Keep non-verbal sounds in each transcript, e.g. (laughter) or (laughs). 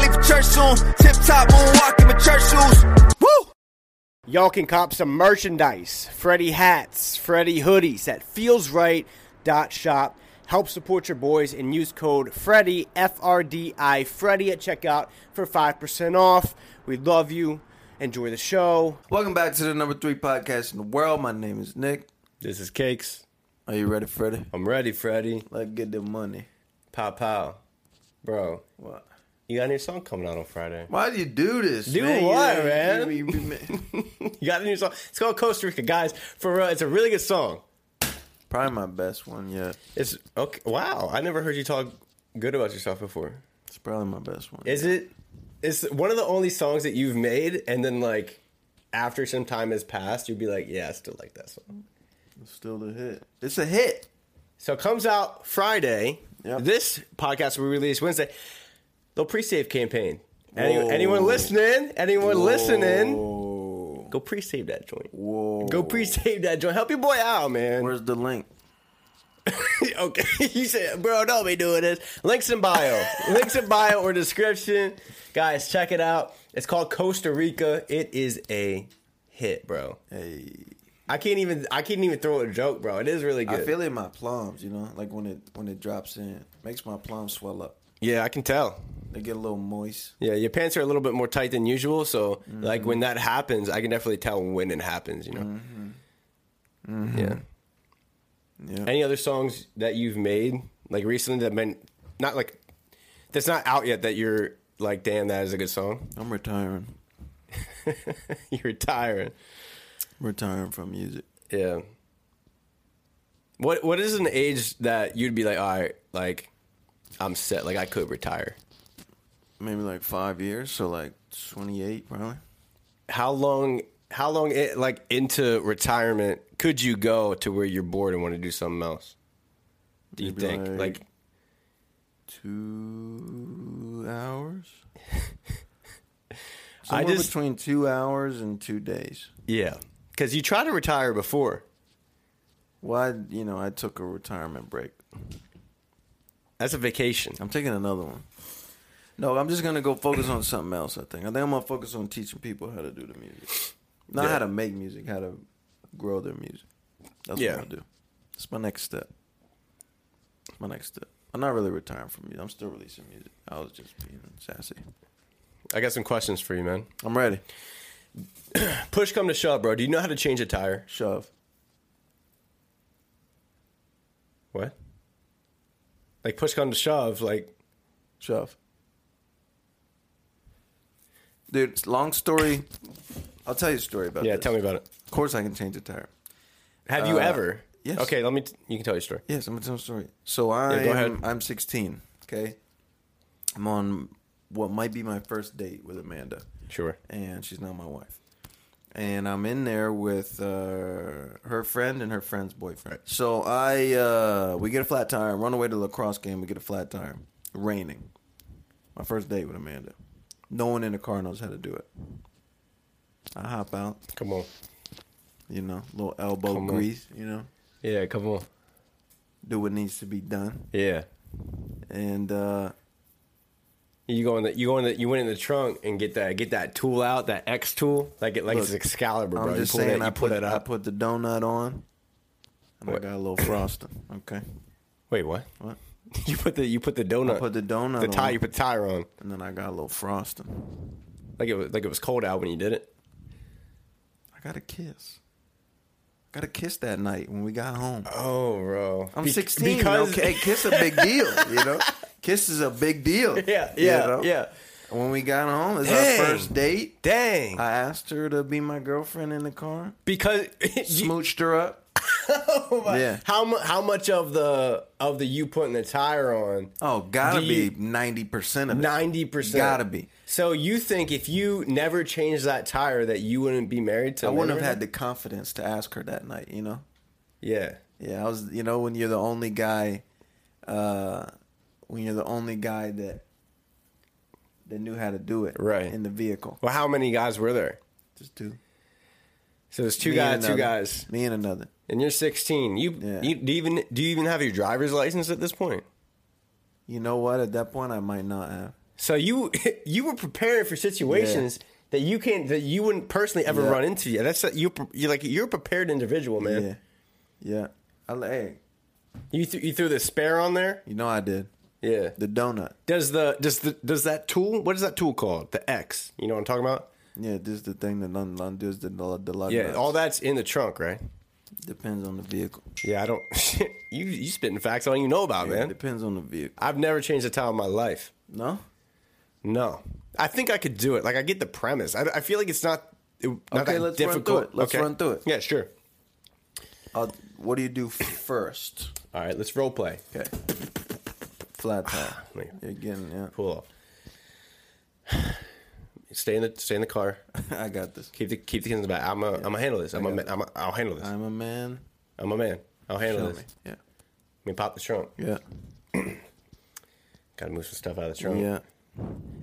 soon. Tip top moonwalking with church shoes. Woo! Y'all can cop some merchandise, Freddy hats, Freddy hoodies at feelsright.shop. Help support your boys and use code Freddy, F R D I, Freddy at checkout for 5% off. We love you. Enjoy the show. Welcome back to the number three podcast in the world. My name is Nick. This is Cakes. Are you ready, Freddie? I'm ready, Freddy. Let's get the money. Pow pow. Bro, What? you got a new song coming out on Friday. Why do you do this? Do man? You- what, you- man? you- you- you- You got a new song. It's called Costa Rica, guys. For real, it's a really good song. (laughs) Probably my best one yet. It's okay. Wow, I never heard you talk good about yourself before. It's probably my best one. Is it? It's one of the only songs that you've made, and then like after some time has passed, you'd be like, yeah, I still like that song. It's still the hit. It's a hit. So it comes out Friday. Yep. This podcast will release Wednesday. The pre-save campaign. Any, Whoa. anyone listening? Anyone listening? Whoa. Go pre-save that joint. Whoa. Go pre-save that joint. Help your boy out, man. Where's the link? (laughs) okay, you said, bro, don't be doing this. Links in (laughs) bio, links in bio or description, guys. Check it out. It's called Costa Rica. It is a hit, bro. Hey. I can't even. I can't even throw a joke, bro. It is really good. I feel it in my plums, you know, like when it when it drops in, makes my plums swell up. yeah, I can tell. They get a little moist. Yeah, your pants are a little bit more tight than usual. So, like when that happens, I can definitely tell when it happens. You know. Yeah. Yeah. Any other songs that you've made like recently that been not like that's not out yet that you're like, damn, that is a good song. I'm retiring. (laughs) You're retiring. Retiring from music. Yeah. What What is an age that you'd be like, all right, like I'm set, like I could retire? Maybe like five years, so like 28 probably. How long? How long? It, like into retirement, could you go to where you're bored and want to do something else? Do you Maybe think? Like, like- Two (laughs) hours. I Somewhere just between two hours and two days. yeah, because you tried to retire before. Why? you know, I took a retirement break. That's a vacation. I'm taking another one. No, I'm just gonna go focus on something else. I think. I think I'm gonna focus on teaching people how to do the music, not how to make music, how to grow their music. That's Yeah. what I'm gonna do. It's my next step. It's my next step. I'm not really retiring from music. I'm still releasing music. I was just being sassy. I got some questions for you, man. I'm ready. Push come to shove, bro. Do you know how to change a tire? Shove. What? Like push come to shove, like Shove. Dude, it's a long story. I'll tell you a story about yeah. this. Tell me about it. Of course, I can change the tire. Have you Uh, ever? yes. Okay, let me. T- you can tell your story. Yes, I'm gonna tell a story. So I go am, ahead. I'm 16. Okay, I'm on what might be my first date with Amanda, Sure. and she's not my wife. And I'm in there with uh, her friend and her friend's boyfriend. So I uh, we get a flat tire. Run away to the lacrosse game. We get a flat tire. Raining. My first date with Amanda. No one in the car knows how to do it. I hop out. Come on. You know, little elbow Come on. grease. You know, Yeah, come on. do what needs to be done. Yeah. And uh, You go in the you go in the you went in the trunk and get that get that tool out that X tool like it like it's Look, Excalibur, bro. I'm You just pull saying, that, I you pull put that I up. put the donut on, and I What? got a little frosting. Okay, Wait, what? (laughs) what? You put the you put the donut, I put the donut the tie, on, you put the tire on, and then I got a little frosting. like it was like it was cold out when you did it. I got a kiss. I got a kiss that night when we got home. Oh, bro, I'm Be- 16. Okay, kiss a big deal. You know, kiss is a big deal. (laughs) yeah, you yeah, know? yeah. When we got home, it's Dang. our first date. Dang, I asked her to be my girlfriend in the car. because (laughs) you- Smooched her (laughs) up. oh my. Yeah. how mu- how much of the of the you putting the tire on Oh, gotta Do you- be ninety percent of it. Ninety percent. Gotta be. So you think if you never changed that tire, that you wouldn't be married to? I wouldn't have had the confidence to ask her that night, you know? Yeah. Yeah, I was, you know, when you're the only guy, uh, when you're the only guy that that knew how to do it, Right. in the vehicle, Well, how many guys were there? just two, So there's two Me and guys, two another. guys, me and another. and you're 16. You, Yeah. you do you even do you even have your driver's license at this point? You know what? At that point, I might not have. So you (laughs) you were preparing for situations that you can't that you wouldn't personally ever Yeah. run into. Yeah, That's you. You're like you're a prepared individual, man. Yeah, yeah. I, li- hey, You th- you threw the spare on there. you know I did Yeah. the donut. Does the does the does that tool? What is that tool called? The X. You know what I'm talking about? Yeah, this is the thing that London, London does the the, the lug Yeah. nuts. All that's in the trunk, right? depends on the vehicle. Yeah. I don't. (laughs) you you spitting facts I don't even know about, Yeah, man. depends on the vehicle. I've never changed a towel in my life. No, No. I think I could do it. Like I get the premise. I, I feel like it's not. It, not Okay, that let's run through difficult. it. Let's Okay. run through it. Yeah, sure. I'll, Uh, what do you do first? All right, let's role play. Okay, flat tire. Like, You're getting yeah. Pull off. (sighs) Stay in the stay in the car. I got this. Keep the keep the kids in the back. I'm a, I'm a handle this. I'm a, ma- I'm a, I'll handle this. I'm a man. I'm a man. I'll handle Show this. me. Yeah, Let me pop the trunk. yeah, Gotta move some stuff out of the trunk. yeah.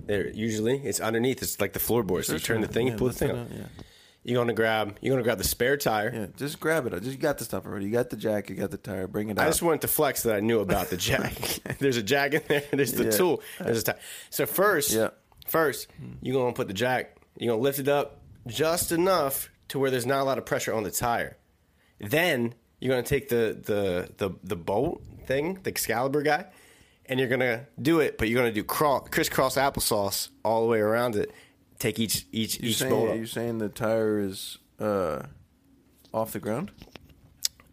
There, usually it's underneath. It's like the floorboard. So you turn the thing, Yeah, you pull the let's thing do up. that, Yeah. You're gonna grab. You're gonna grab the spare tire. Yeah, just grab it. I just you got the stuff already. You got the jack. You got the tire. Bring it out. I just wanted to flex that I knew (laughs) about the jack. (laughs) There's a jack in there. (laughs) There's the Yeah. tool. There's a tire. So first, Yeah. first you're gonna put the jack. You're gonna lift it up just enough to where there's not a lot of pressure on the tire. Then you're gonna take the the the the bolt thing, the Excalibur guy, and you're gonna do it. But you're gonna do crawl, crisscross applesauce all the way around it. Take each each you each bolt. saying up. you saying the tire is uh, off the ground?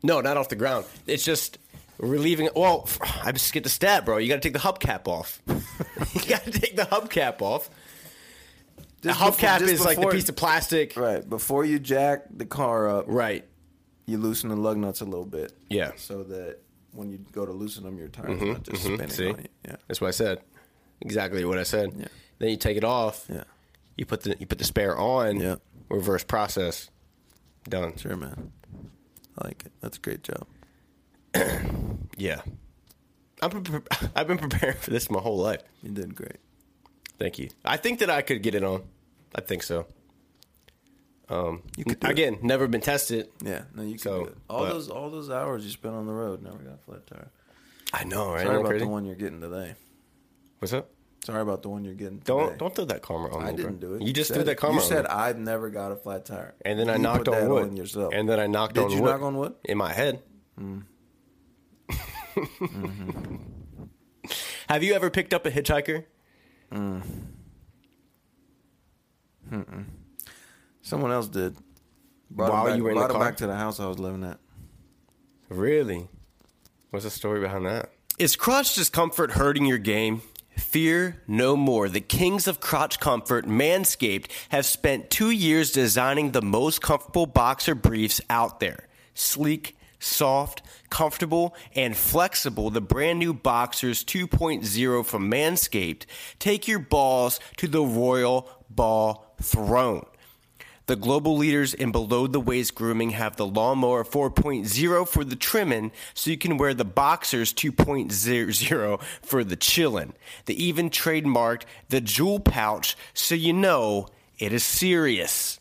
No, not off the ground. It's just relieving. Well, (sighs) I just get the stat, bro. You got to take the hubcap off. (laughs) you got to take the hubcap off. The Just before- hubcap just is like the before- piece of plastic. Right before you jack the car up, Right. you loosen the lug nuts a little bit. Yeah. Mm-hmm, So that when you go to loosen them, your tire's not just spinning Hmm, See, on you. Yeah. that's what I said. Exactly what I said. Yeah. Then you take it off. Yeah. You put the you put the spare on. Yeah. Reverse process. Done. Sure, man. I like it. That's a great job. Yeah. I've been pre- (laughs) I've been preparing for this my whole life. You did great. Thank you. I think that I could get it on. I think so. Um, You could do it. Again, never been tested. Yeah. No, you could So, do it. All but- those all those hours you spent on the road never got a flat tire. I know, right? Isn't Sorry that about crazy? the one you're getting today. What's up? Sorry about the one you're getting. Don't today. don't throw that karma on me. I bro. didn't do it. You just said threw it. that karma. You on said me. I've never got a flat tire, and then I You knocked put on that wood. yourself. And then I knocked Did on you wood. knock on wood? Mm. In my head. (laughs) Have you ever picked up a hitchhiker? someone else did. Brought While it back, you were in the brought it car? back to the house I was living at. Really? What's the story behind that? Is crotch discomfort hurting your game? Fear no more. The kings of crotch comfort, Manscaped, have spent two years designing the most comfortable boxer briefs out there. Sleek, soft, comfortable, and flexible, the brand new Boxers 2.0 from Manscaped take your balls to the royal ball throne. The global leaders in below the waist grooming have the Lawnmower 4.0 for the trimming, so you can wear the Boxers 2.0 for the chillin'. They even trademarked the Jewel Pouch, so you know it is serious.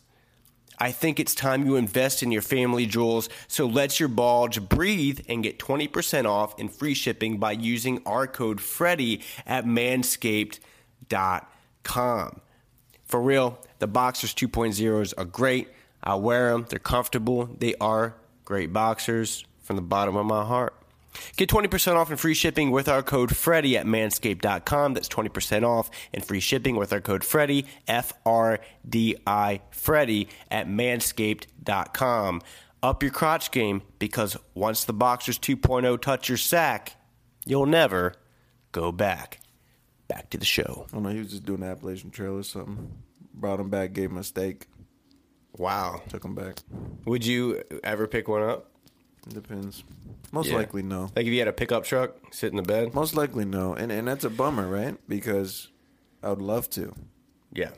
I think it's time you invest in your family jewels, so let your bulge breathe and get 20% off and free shipping by using our code Freddy at manscaped.com. For real, the Boxers 2.0s are great. I wear them, they're comfortable, they are great boxers from the bottom of my heart. Get 20% off and free shipping with our code Freddy at manscaped.com. That's 20% off and free shipping with our code Freddy, F R D I Freddy at manscaped.com. Up your crotch game because once the Boxers 2.0 touch your sack, you'll never go back. Back to the show. I don't know. He was just doing the Appalachian Trail or something. Brought him back, gave him a steak, Wow. took him back. Would you ever pick one up? Depends. Most Yeah. likely no. Like if you had a pickup truck, sit in the bed. Most likely no. And and that's a bummer, right? Because I would love to. Yeah,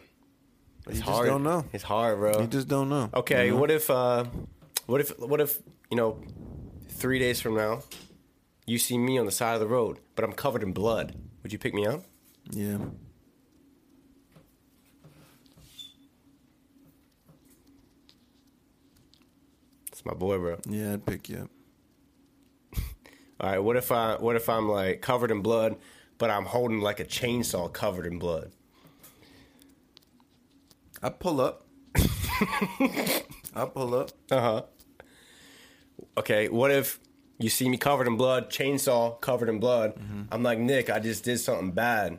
But it's you hard. just don't know. It's hard, bro. You just don't know. Oh. okay, you know? what if, uh, what if, what if you know, three days from now, you see me on the side of the road, but I'm covered in blood. Would you pick me up? Yeah. That's my boy, bro. Yeah, I'd pick you up. All right, what if I, what if I'm like covered in blood, but I'm holding like a chainsaw covered in blood. I (laughs) pull up. I pull up. Uh-huh. Okay, what if you see me covered in blood, chainsaw covered in blood? Mm-hmm. I'm like, Nick, I just did something bad.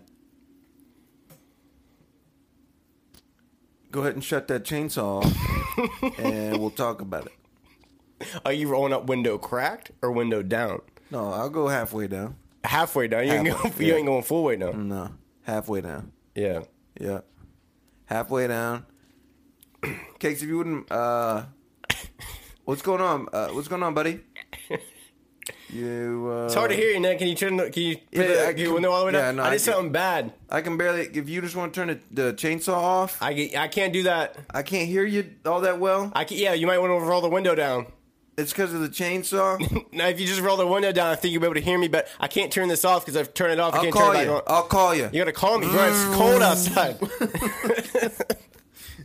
Go ahead and shut that chainsaw off, and we'll talk about it. Are you rolling up window cracked or window down? No, I'll go halfway down. Halfway down. You, ain't, Halfway, going, you yeah. Mm. ain't going full way down. No, halfway down. Yeah. Yeah, halfway down. (clears throat) Cakes, if you wouldn't, uh, what's going on? Uh, what's going on, buddy? You. Uh, It's hard to hear you, Nick. Can you turn? the- Can you put Yeah, the, I can you can- window all the way down? yeah, no, I I did can- something bad. I can barely. If you just want to turn the, the chainsaw off, I, get- I can't do that. I can't hear you all that well. I can, yeah, you might want to roll the window down. It's because of (laughs) the chainsaw. Now, if you just roll the window down, I think you'll be able to hear me. But I can't turn this off because I've turned it off. I I'll can't call turn it you. back on. I'll Mm. call you. You gotta call me, bro. It's cold outside.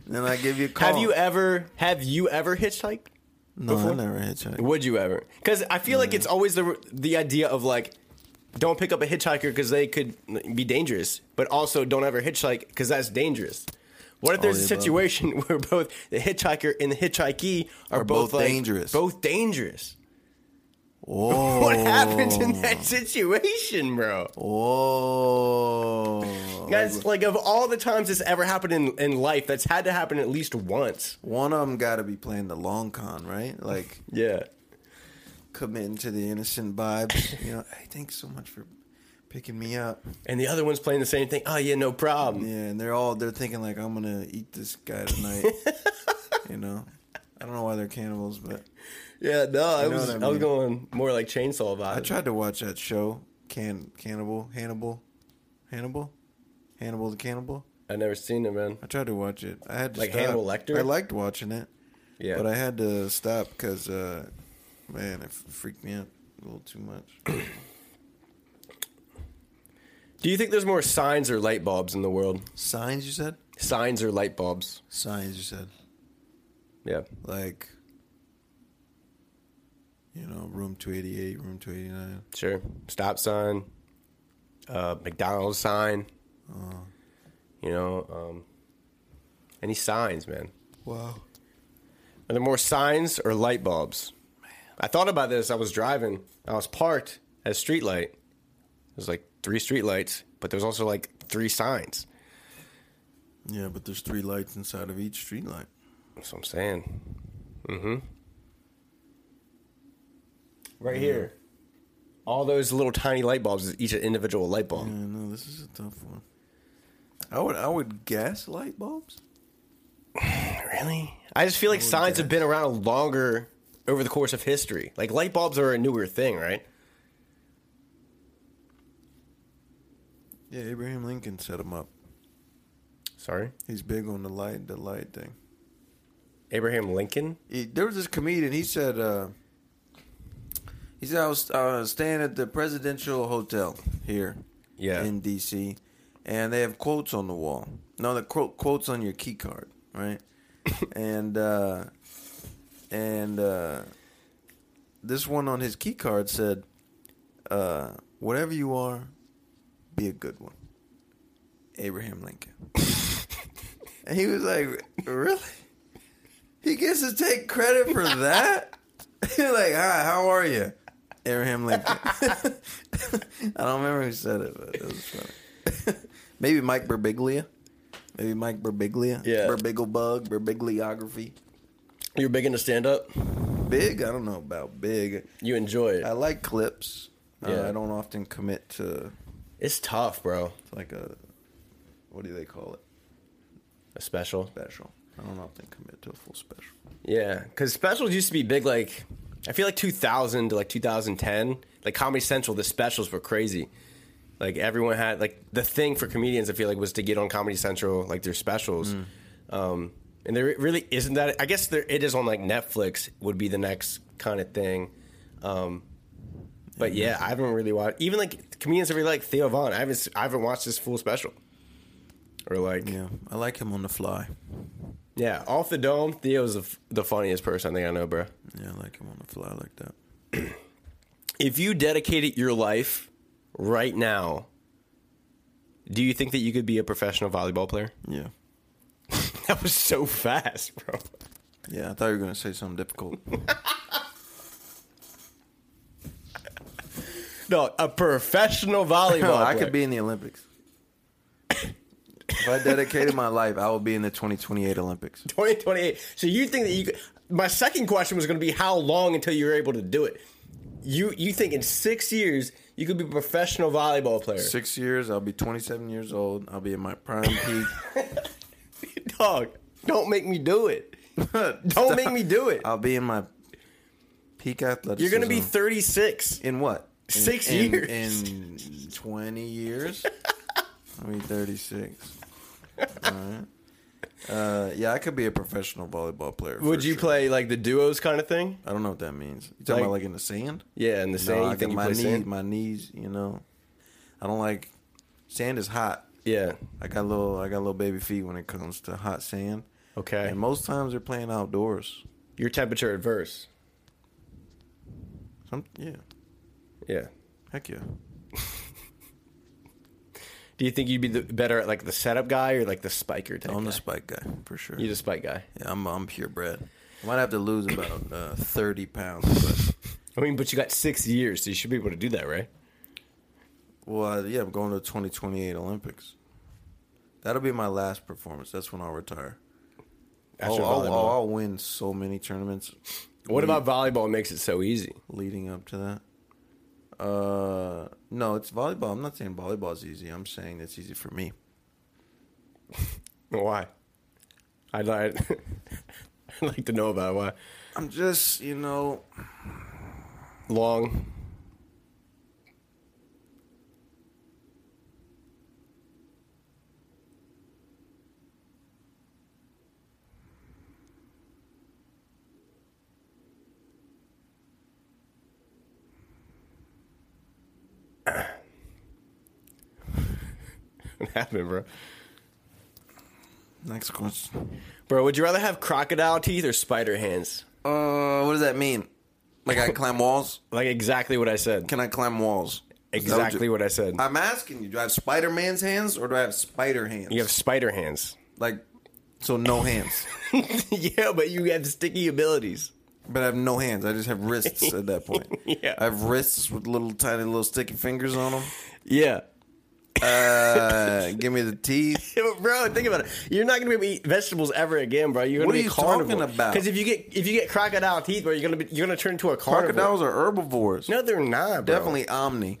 Then I give (laughs) you a call. have you ever? Have you ever hitchhiked? No, before? I never (laughs) hitchhiked. Would you ever? Because I feel Mm. like it's always the the idea of like, don't pick up a hitchhiker because they could be dangerous, but also don't ever hitchhike because that's dangerous. What if there's a the above. situation (laughs) where both the hitchhiker and the hitchhikee are, Are both, both like, dangerous. Both dangerous. Whoa. What happens in Oh. that situation, bro? Whoa. Guys, like of all the times this ever happened in, in life, that's had to happen at least once. One of them got to be playing the long con, right? Like Yeah. committing to the innocent vibes. You know, hey, thanks so much for picking me up. And the other one's playing the same thing. Oh yeah, no problem. Yeah, and they're all they're thinking like I'm gonna eat this guy (laughs) tonight. you know, I don't know why they're cannibals, but Yeah, no, I You know was what I, I was mean. going more like chainsaw I vibes. tried to watch that show. Can Cannibal, Hannibal, Hannibal, Hannibal the Cannibal. I never seen it, man. I tried to watch it. I had to Like stop. Hannibal Lecter? I liked watching it. Yeah. But I had to stop because, uh, man, it freaked me out a little too much. (coughs) Do you think there's more signs or light bulbs in the world? Signs, you said? Signs or light bulbs? Signs, you said. Yeah. Like, you know, room 288, room 289. Sure. Stop sign. Uh McDonald's sign. Uh. You know, um any signs, man. Wow. Are there more signs or light bulbs? I thought about this. I was driving. I was parked at a street light. There's like three street lights, but there's also like three signs. Yeah, but there's three lights inside of each street light. That's what I'm saying. Mm-hmm. Right here. Mm-hmm. All those little tiny light bulbs is each an individual light bulb. Yeah, no, this is a tough one. I would, I would guess light bulbs. Really? I just feel like signs have been around longer over the course of history. Like light bulbs are a newer thing, right? Yeah, Abraham Lincoln set them up. Sorry? He's big on the light, the light thing. Abraham Lincoln? he, there was this comedian. He said, uh, he said I was uh, staying at the Presidential Hotel here, Yeah. in D.C., and they have quotes on the wall. No, the quote quotes on your key card, right? and uh, and uh, this one on his key card said, uh, "Whatever you are, be a good one." Abraham Lincoln. (laughs) and he was like, "Really?" He gets to take credit for that? (laughs) You're like, hi, how are you? Abraham Lincoln. (laughs) I don't remember who said it, but it was funny. (laughs) Maybe Mike Birbiglia. Maybe Mike Birbiglia. Yeah. Birbiglebug, Birbigliography. You're big into stand up? Big? I don't know about big. You enjoy it. I like clips. Uh, Yeah. I don't often commit to It's tough, bro. like a, what do they call it? A special. Special. I don't often commit to a full special. Yeah, because specials used to be big. Like, I feel like 2000 to like 2010, like Comedy Central, the specials were crazy. Like everyone had like the thing for comedians. I feel like was to get on Comedy Central, like their specials. Um, and there really isn't that. I guess there it is on like Netflix would be the next kind of thing. Um, but yeah, I haven't really watched even like comedians that really like Theo Vaughn. I haven't s- I haven't watched his full special. Or like Yeah. I like him on the fly. yeah, off the dome, Theo's the, f- the funniest person I think I know, bro. Yeah, I like him on the fly like that. if you dedicated your life right now Do you think that you could be a professional volleyball player? (laughs) Yeah. That was so fast, bro. Yeah, I thought you were going to say (laughs) something difficult. No, a professional volleyball. No, (laughs) I player. could be in the Olympics. if I dedicated my life, I would be in the 2028 Olympics. 2028. So you think that you could, my second question was going to be how long until you're able to do it? You you think in 6 years you could be a professional volleyball player? Six years, I'll be 27 years old. I'll be in my prime peak. (laughs) Dog, don't make me do it. (laughs) Don't make me do it. (laughs) I'll be in my peak athleticism. You're going to be 36. in what? In, Six in- years. In 20 (laughs) years? I'll be 36. All right. Uh, yeah, I could be a professional volleyball player. for Would you sure. play like the duos kind of thing? I don't know what that means. You talking Like- about like in the sand? Yeah, in the sand. No, I you think think you my play knees, sand? my knees. You know, I don't like sand. Is hot. Yeah. I got little, I got little baby feet when it comes to hot sand. Okay. And most times they're playing outdoors. Your temperature adverse. Some, yeah, Yeah. heck yeah. Do you think you'd be the, better at like the setup guy or like the spiker type? I'm guy? the spike guy for sure. You're the spike guy. yeah, I'm I'm purebred. I might have to lose about uh, 30 pounds, but I mean, but you got six years, so you should be able to do that, right? well, yeah, I'm going to the 2028 Olympics. That'll be my last performance. That's when I'll retire. After I'll, I'll, volleyball. I'll win so many tournaments What about volleyball makes it so easy? leading up to that? Uh, no, it's volleyball. I'm not saying volleyball's easy. I'm saying it's easy for me. Why? (laughs) I'd like, I'd like to know about why. I'm just, you know, Long. (laughs) what happened, bro? next question. Bro, would you rather have crocodile teeth or spider hands? Uh, what does that mean? Like I climb walls? Like exactly what I said. Can I climb walls? Is that Exactly what I said. you- I'm asking you. Do I have Spider Man's hands or do I have spider hands? You have spider hands. like, so no hands. (laughs) yeah, but you have sticky abilities. But I have no hands. I just have wrists at (laughs) that point. Yeah. I have wrists with little tiny little sticky fingers (laughs) on them. Yeah. Uh, give me the teeth. (laughs) Yeah, but bro, think about it. You're not gonna be eat vegetables ever again, bro. You're gonna What be are you talking about? Because if you get if you get crocodile teeth, bro, you're gonna be you're gonna turn into a carnivore. Crocodiles are herbivores. No, they're not. Bro. (laughs) Definitely omni.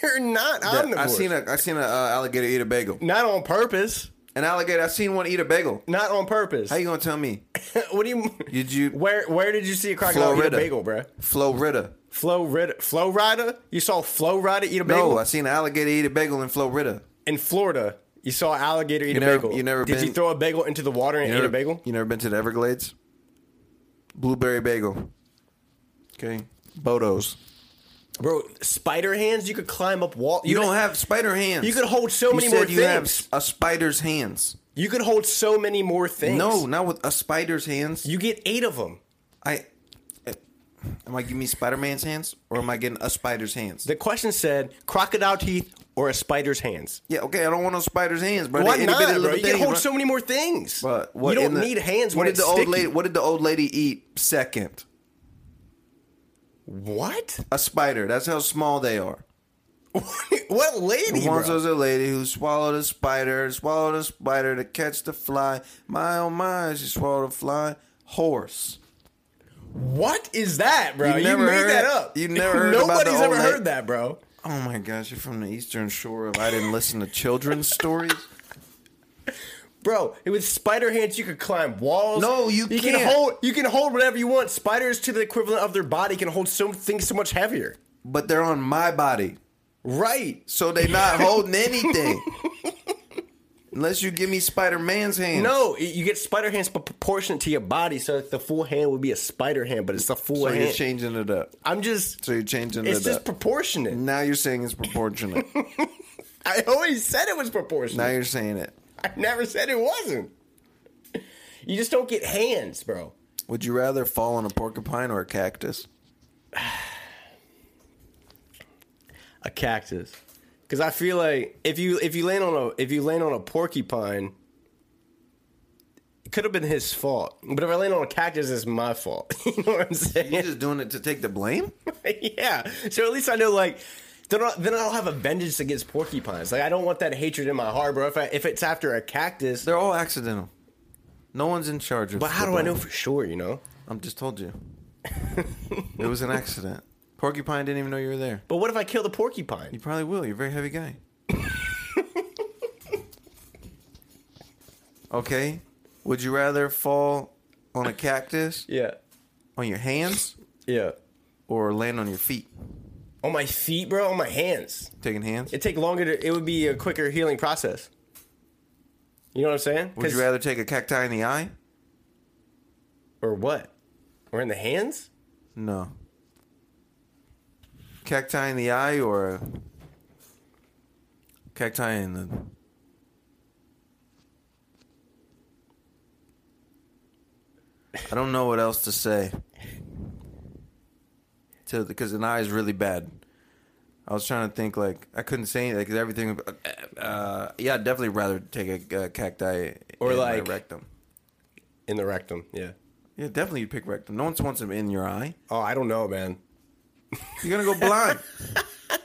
they're not Yeah, omnivores. I seen a I seen a uh, alligator eat a bagel. not on purpose. An alligator. I seen one eat a bagel. Not on purpose. How you gonna tell me? (laughs) what do you? Did you Where where did you see a crocodile eat Florida. a bagel, bro? Florida? Flow Rider, Flow Rider. You saw Flow Rider eat a bagel No, I seen an alligator eat a bagel in Florida. in Florida. You saw an alligator eat a never- bagel. you never did been- you throw a bagel into the water and You eat never, a bagel? You never been to the Everglades? Blueberry bagel. Okay, Bodos. Bro, spider hands. You could climb up wall. You don't have spider hands. you could hold so many said more you have things. a spider's hands. You could hold so many more things. No, not with a spider's hands. You get eight of them. I. eh, Am I giving me Spider Man's hands or am I getting a spider's hands? The question said crocodile teeth or a spider's hands. Yeah, okay, I don't want no spider's hands, bro. Why They not, bro? innovated little You can thing, hold bro. so many more things. Bro, what you don't in the- need hands What when did the it's old sticky. lady? What did the old lady eat second? What? (laughs) A spider. That's how small they are. what lady, Once there bro? was a lady who swallowed a spider, swallowed a spider to catch the fly. My oh my, she swallowed a fly. Horse. What is that, bro? You never made heard- that up. (laughs) you never heard about Nobody's the ever old la- heard that, bro. Oh my gosh, you're from the eastern shore of I didn't listen (laughs) to children's stories. Bro, with spider hands, you could climb walls. No, you can can't. hold. You can hold whatever you want. Spiders, to the equivalent of their body, can hold so things so much heavier. But they're on my body. Right. So (laughs) they not holding anything. Unless you give me Spider Man's hands. No, it- you get spider hands but proportionate to your body, so like the full hand would be a spider hand, but it's the full So you're hand. changing it up. I'm just, So you're changing it's it just up. proportionate. now you're saying it's proportionate. I always said it was now proportionate. you're saying it. I never said it wasn't. You just don't get hands, bro. Would you rather fall on a porcupine or a cactus? A cactus, Because I feel like if you if you land on a if you land on a porcupine, it could have been his fault. But if I land on a cactus, it's my fault. (laughs) you know what I'm You're saying? just doing it to take the blame? (laughs) yeah. So at least I know like. Then I'll, then I'll have a vengeance against porcupines. Like I don't want that hatred in my heart, bro. If I, if it's after a cactus, They're all accidental. No one's in charge of but how the do I blame. know for sure? You know. I'm just (laughs) told you. it was an accident. Porcupine didn't even know you were there. But what if I kill the porcupine? You probably will. You're a very (laughs) heavy guy. okay. Would you rather fall on a cactus Yeah. on your hands Yeah. or land on your feet? On my feet, bro. On my hands. Taking hands? It take longer. To, it would be a quicker healing process. You know what I'm saying? Would 'Cause- you rather take a cacti in the eye? or what? Or in the hands? No. Cacti in the eye or a cacti in the I don't know what else to say. To because an eye is really bad. I was trying to think like I couldn't say anything because everything. Uh, yeah, I'd definitely rather take a, uh cacti Or in my like- rectum. In the rectum? Yeah. Yeah, definitely you pick rectum. No one wants them in your eye. Oh, I don't know, man. (laughs) You're gonna go blind.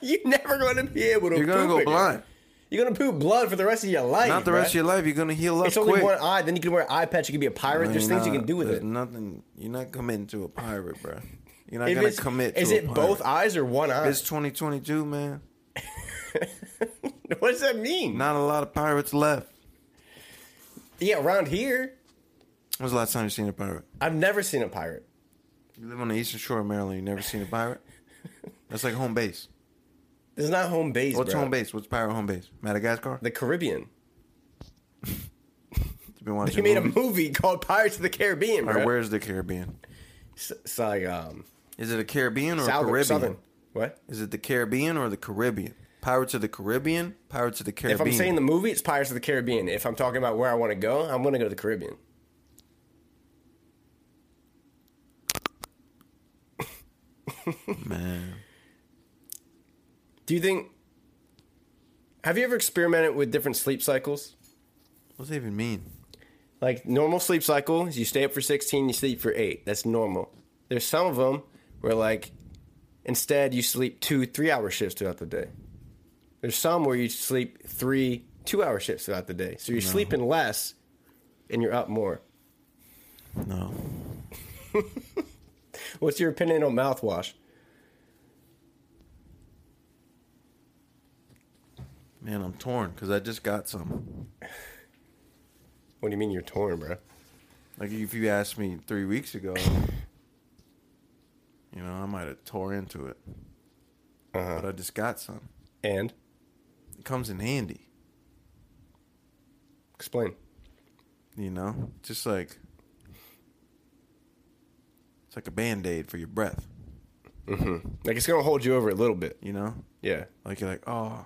You're never going to be able to. You're gonna poop go again. blind. You're going to poop blood for the rest of your life. Not the rest of your life. You're gonna heal up It's only quick. one eye. Then you can wear an eye patch. You can be a pirate. I mean, There's things you nah, can do with there's it. Nothing. You're not committing to a pirate, bro. You're not If gonna it's- commit. Is to a it both pirate. eyes or one eye? It's 2022, man. (laughs) what does that mean? Not a lot of pirates left. Yeah, around here, When's the last time you seen a pirate? I've never seen a pirate. You live on the Eastern Shore of Maryland. You never seen (laughs) a pirate. That's like home base. This is not home base. What's bro. home base? What's pirate home base? Madagascar. The Caribbean. You've been watching. He made a (laughs) movies? movie called Pirates of the Caribbean, All bro. right, where's the Caribbean? It's, it's like um, Is it a Caribbean or a Southern, Caribbean? Southern. What? Is it the Caribbean or the Caribbean? Pirates of the Caribbean. Pirates of the If Caribbean. I'm saying the movie, it's Pirates of the Caribbean. If I'm talking about where I want to go, I'm going to go to the Caribbean. man. Do you think? Have you ever experimented with different sleep cycles? What's that even mean? Like normal sleep cycle is you stay up for 16, you sleep for eight. That's normal. There's some of them where like instead you sleep two three hour shifts throughout the day. There's some where you sleep three two hour shifts throughout the day. So you're sleeping less and you're up more. No. What's your opinion on mouthwash? Man, I'm torn because I just got some. What do you mean you're torn, bro? Like if you asked me three weeks ago, you know, I might have tore into it. But I just got some. And It comes in handy, explain. you know? Just like it's like a band aid for your breath, Like it's gonna hold you over a little bit. you know? Yeah. Like you're like, oh.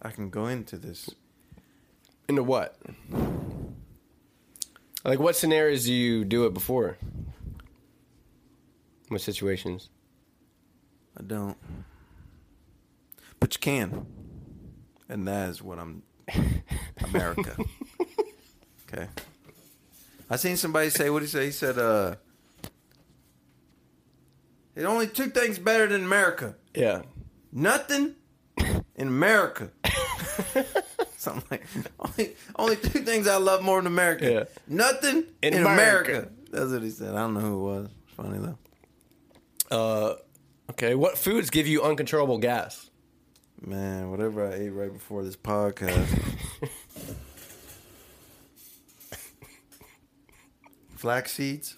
I can go into this. Into what? Like what scenarios do you do it before? What situations? I don't. But you can. And that is what I'm (laughs) America. okay. I seen somebody say what did he say? He said uh It only two things better than America. Yeah. Nothing in America. (laughs) Something like only, only two things I love more than America. Yeah. Nothing in, In America. America. That's what he said. I don't know who it was. It's funny though. uh, Okay. What foods give you uncontrollable gas? (laughs) Man, whatever I ate right before this podcast. Flax seeds.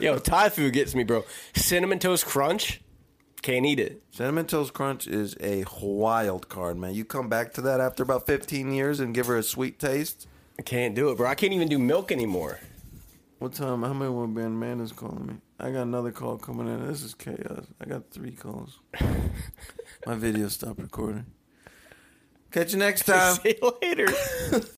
Yo, Thai food gets me, bro. Cinnamon toast crunch. Can't eat it. Cinnamon Toast Crunch is a wild card, man. You come back to that after about 15 years and give her a sweet taste. I can't do it, bro. I can't even do milk anymore. What time? How many women band man is calling me? I got another call coming in. This is chaos. I got three calls. (laughs) My video stopped recording. Catch you next time. See you later.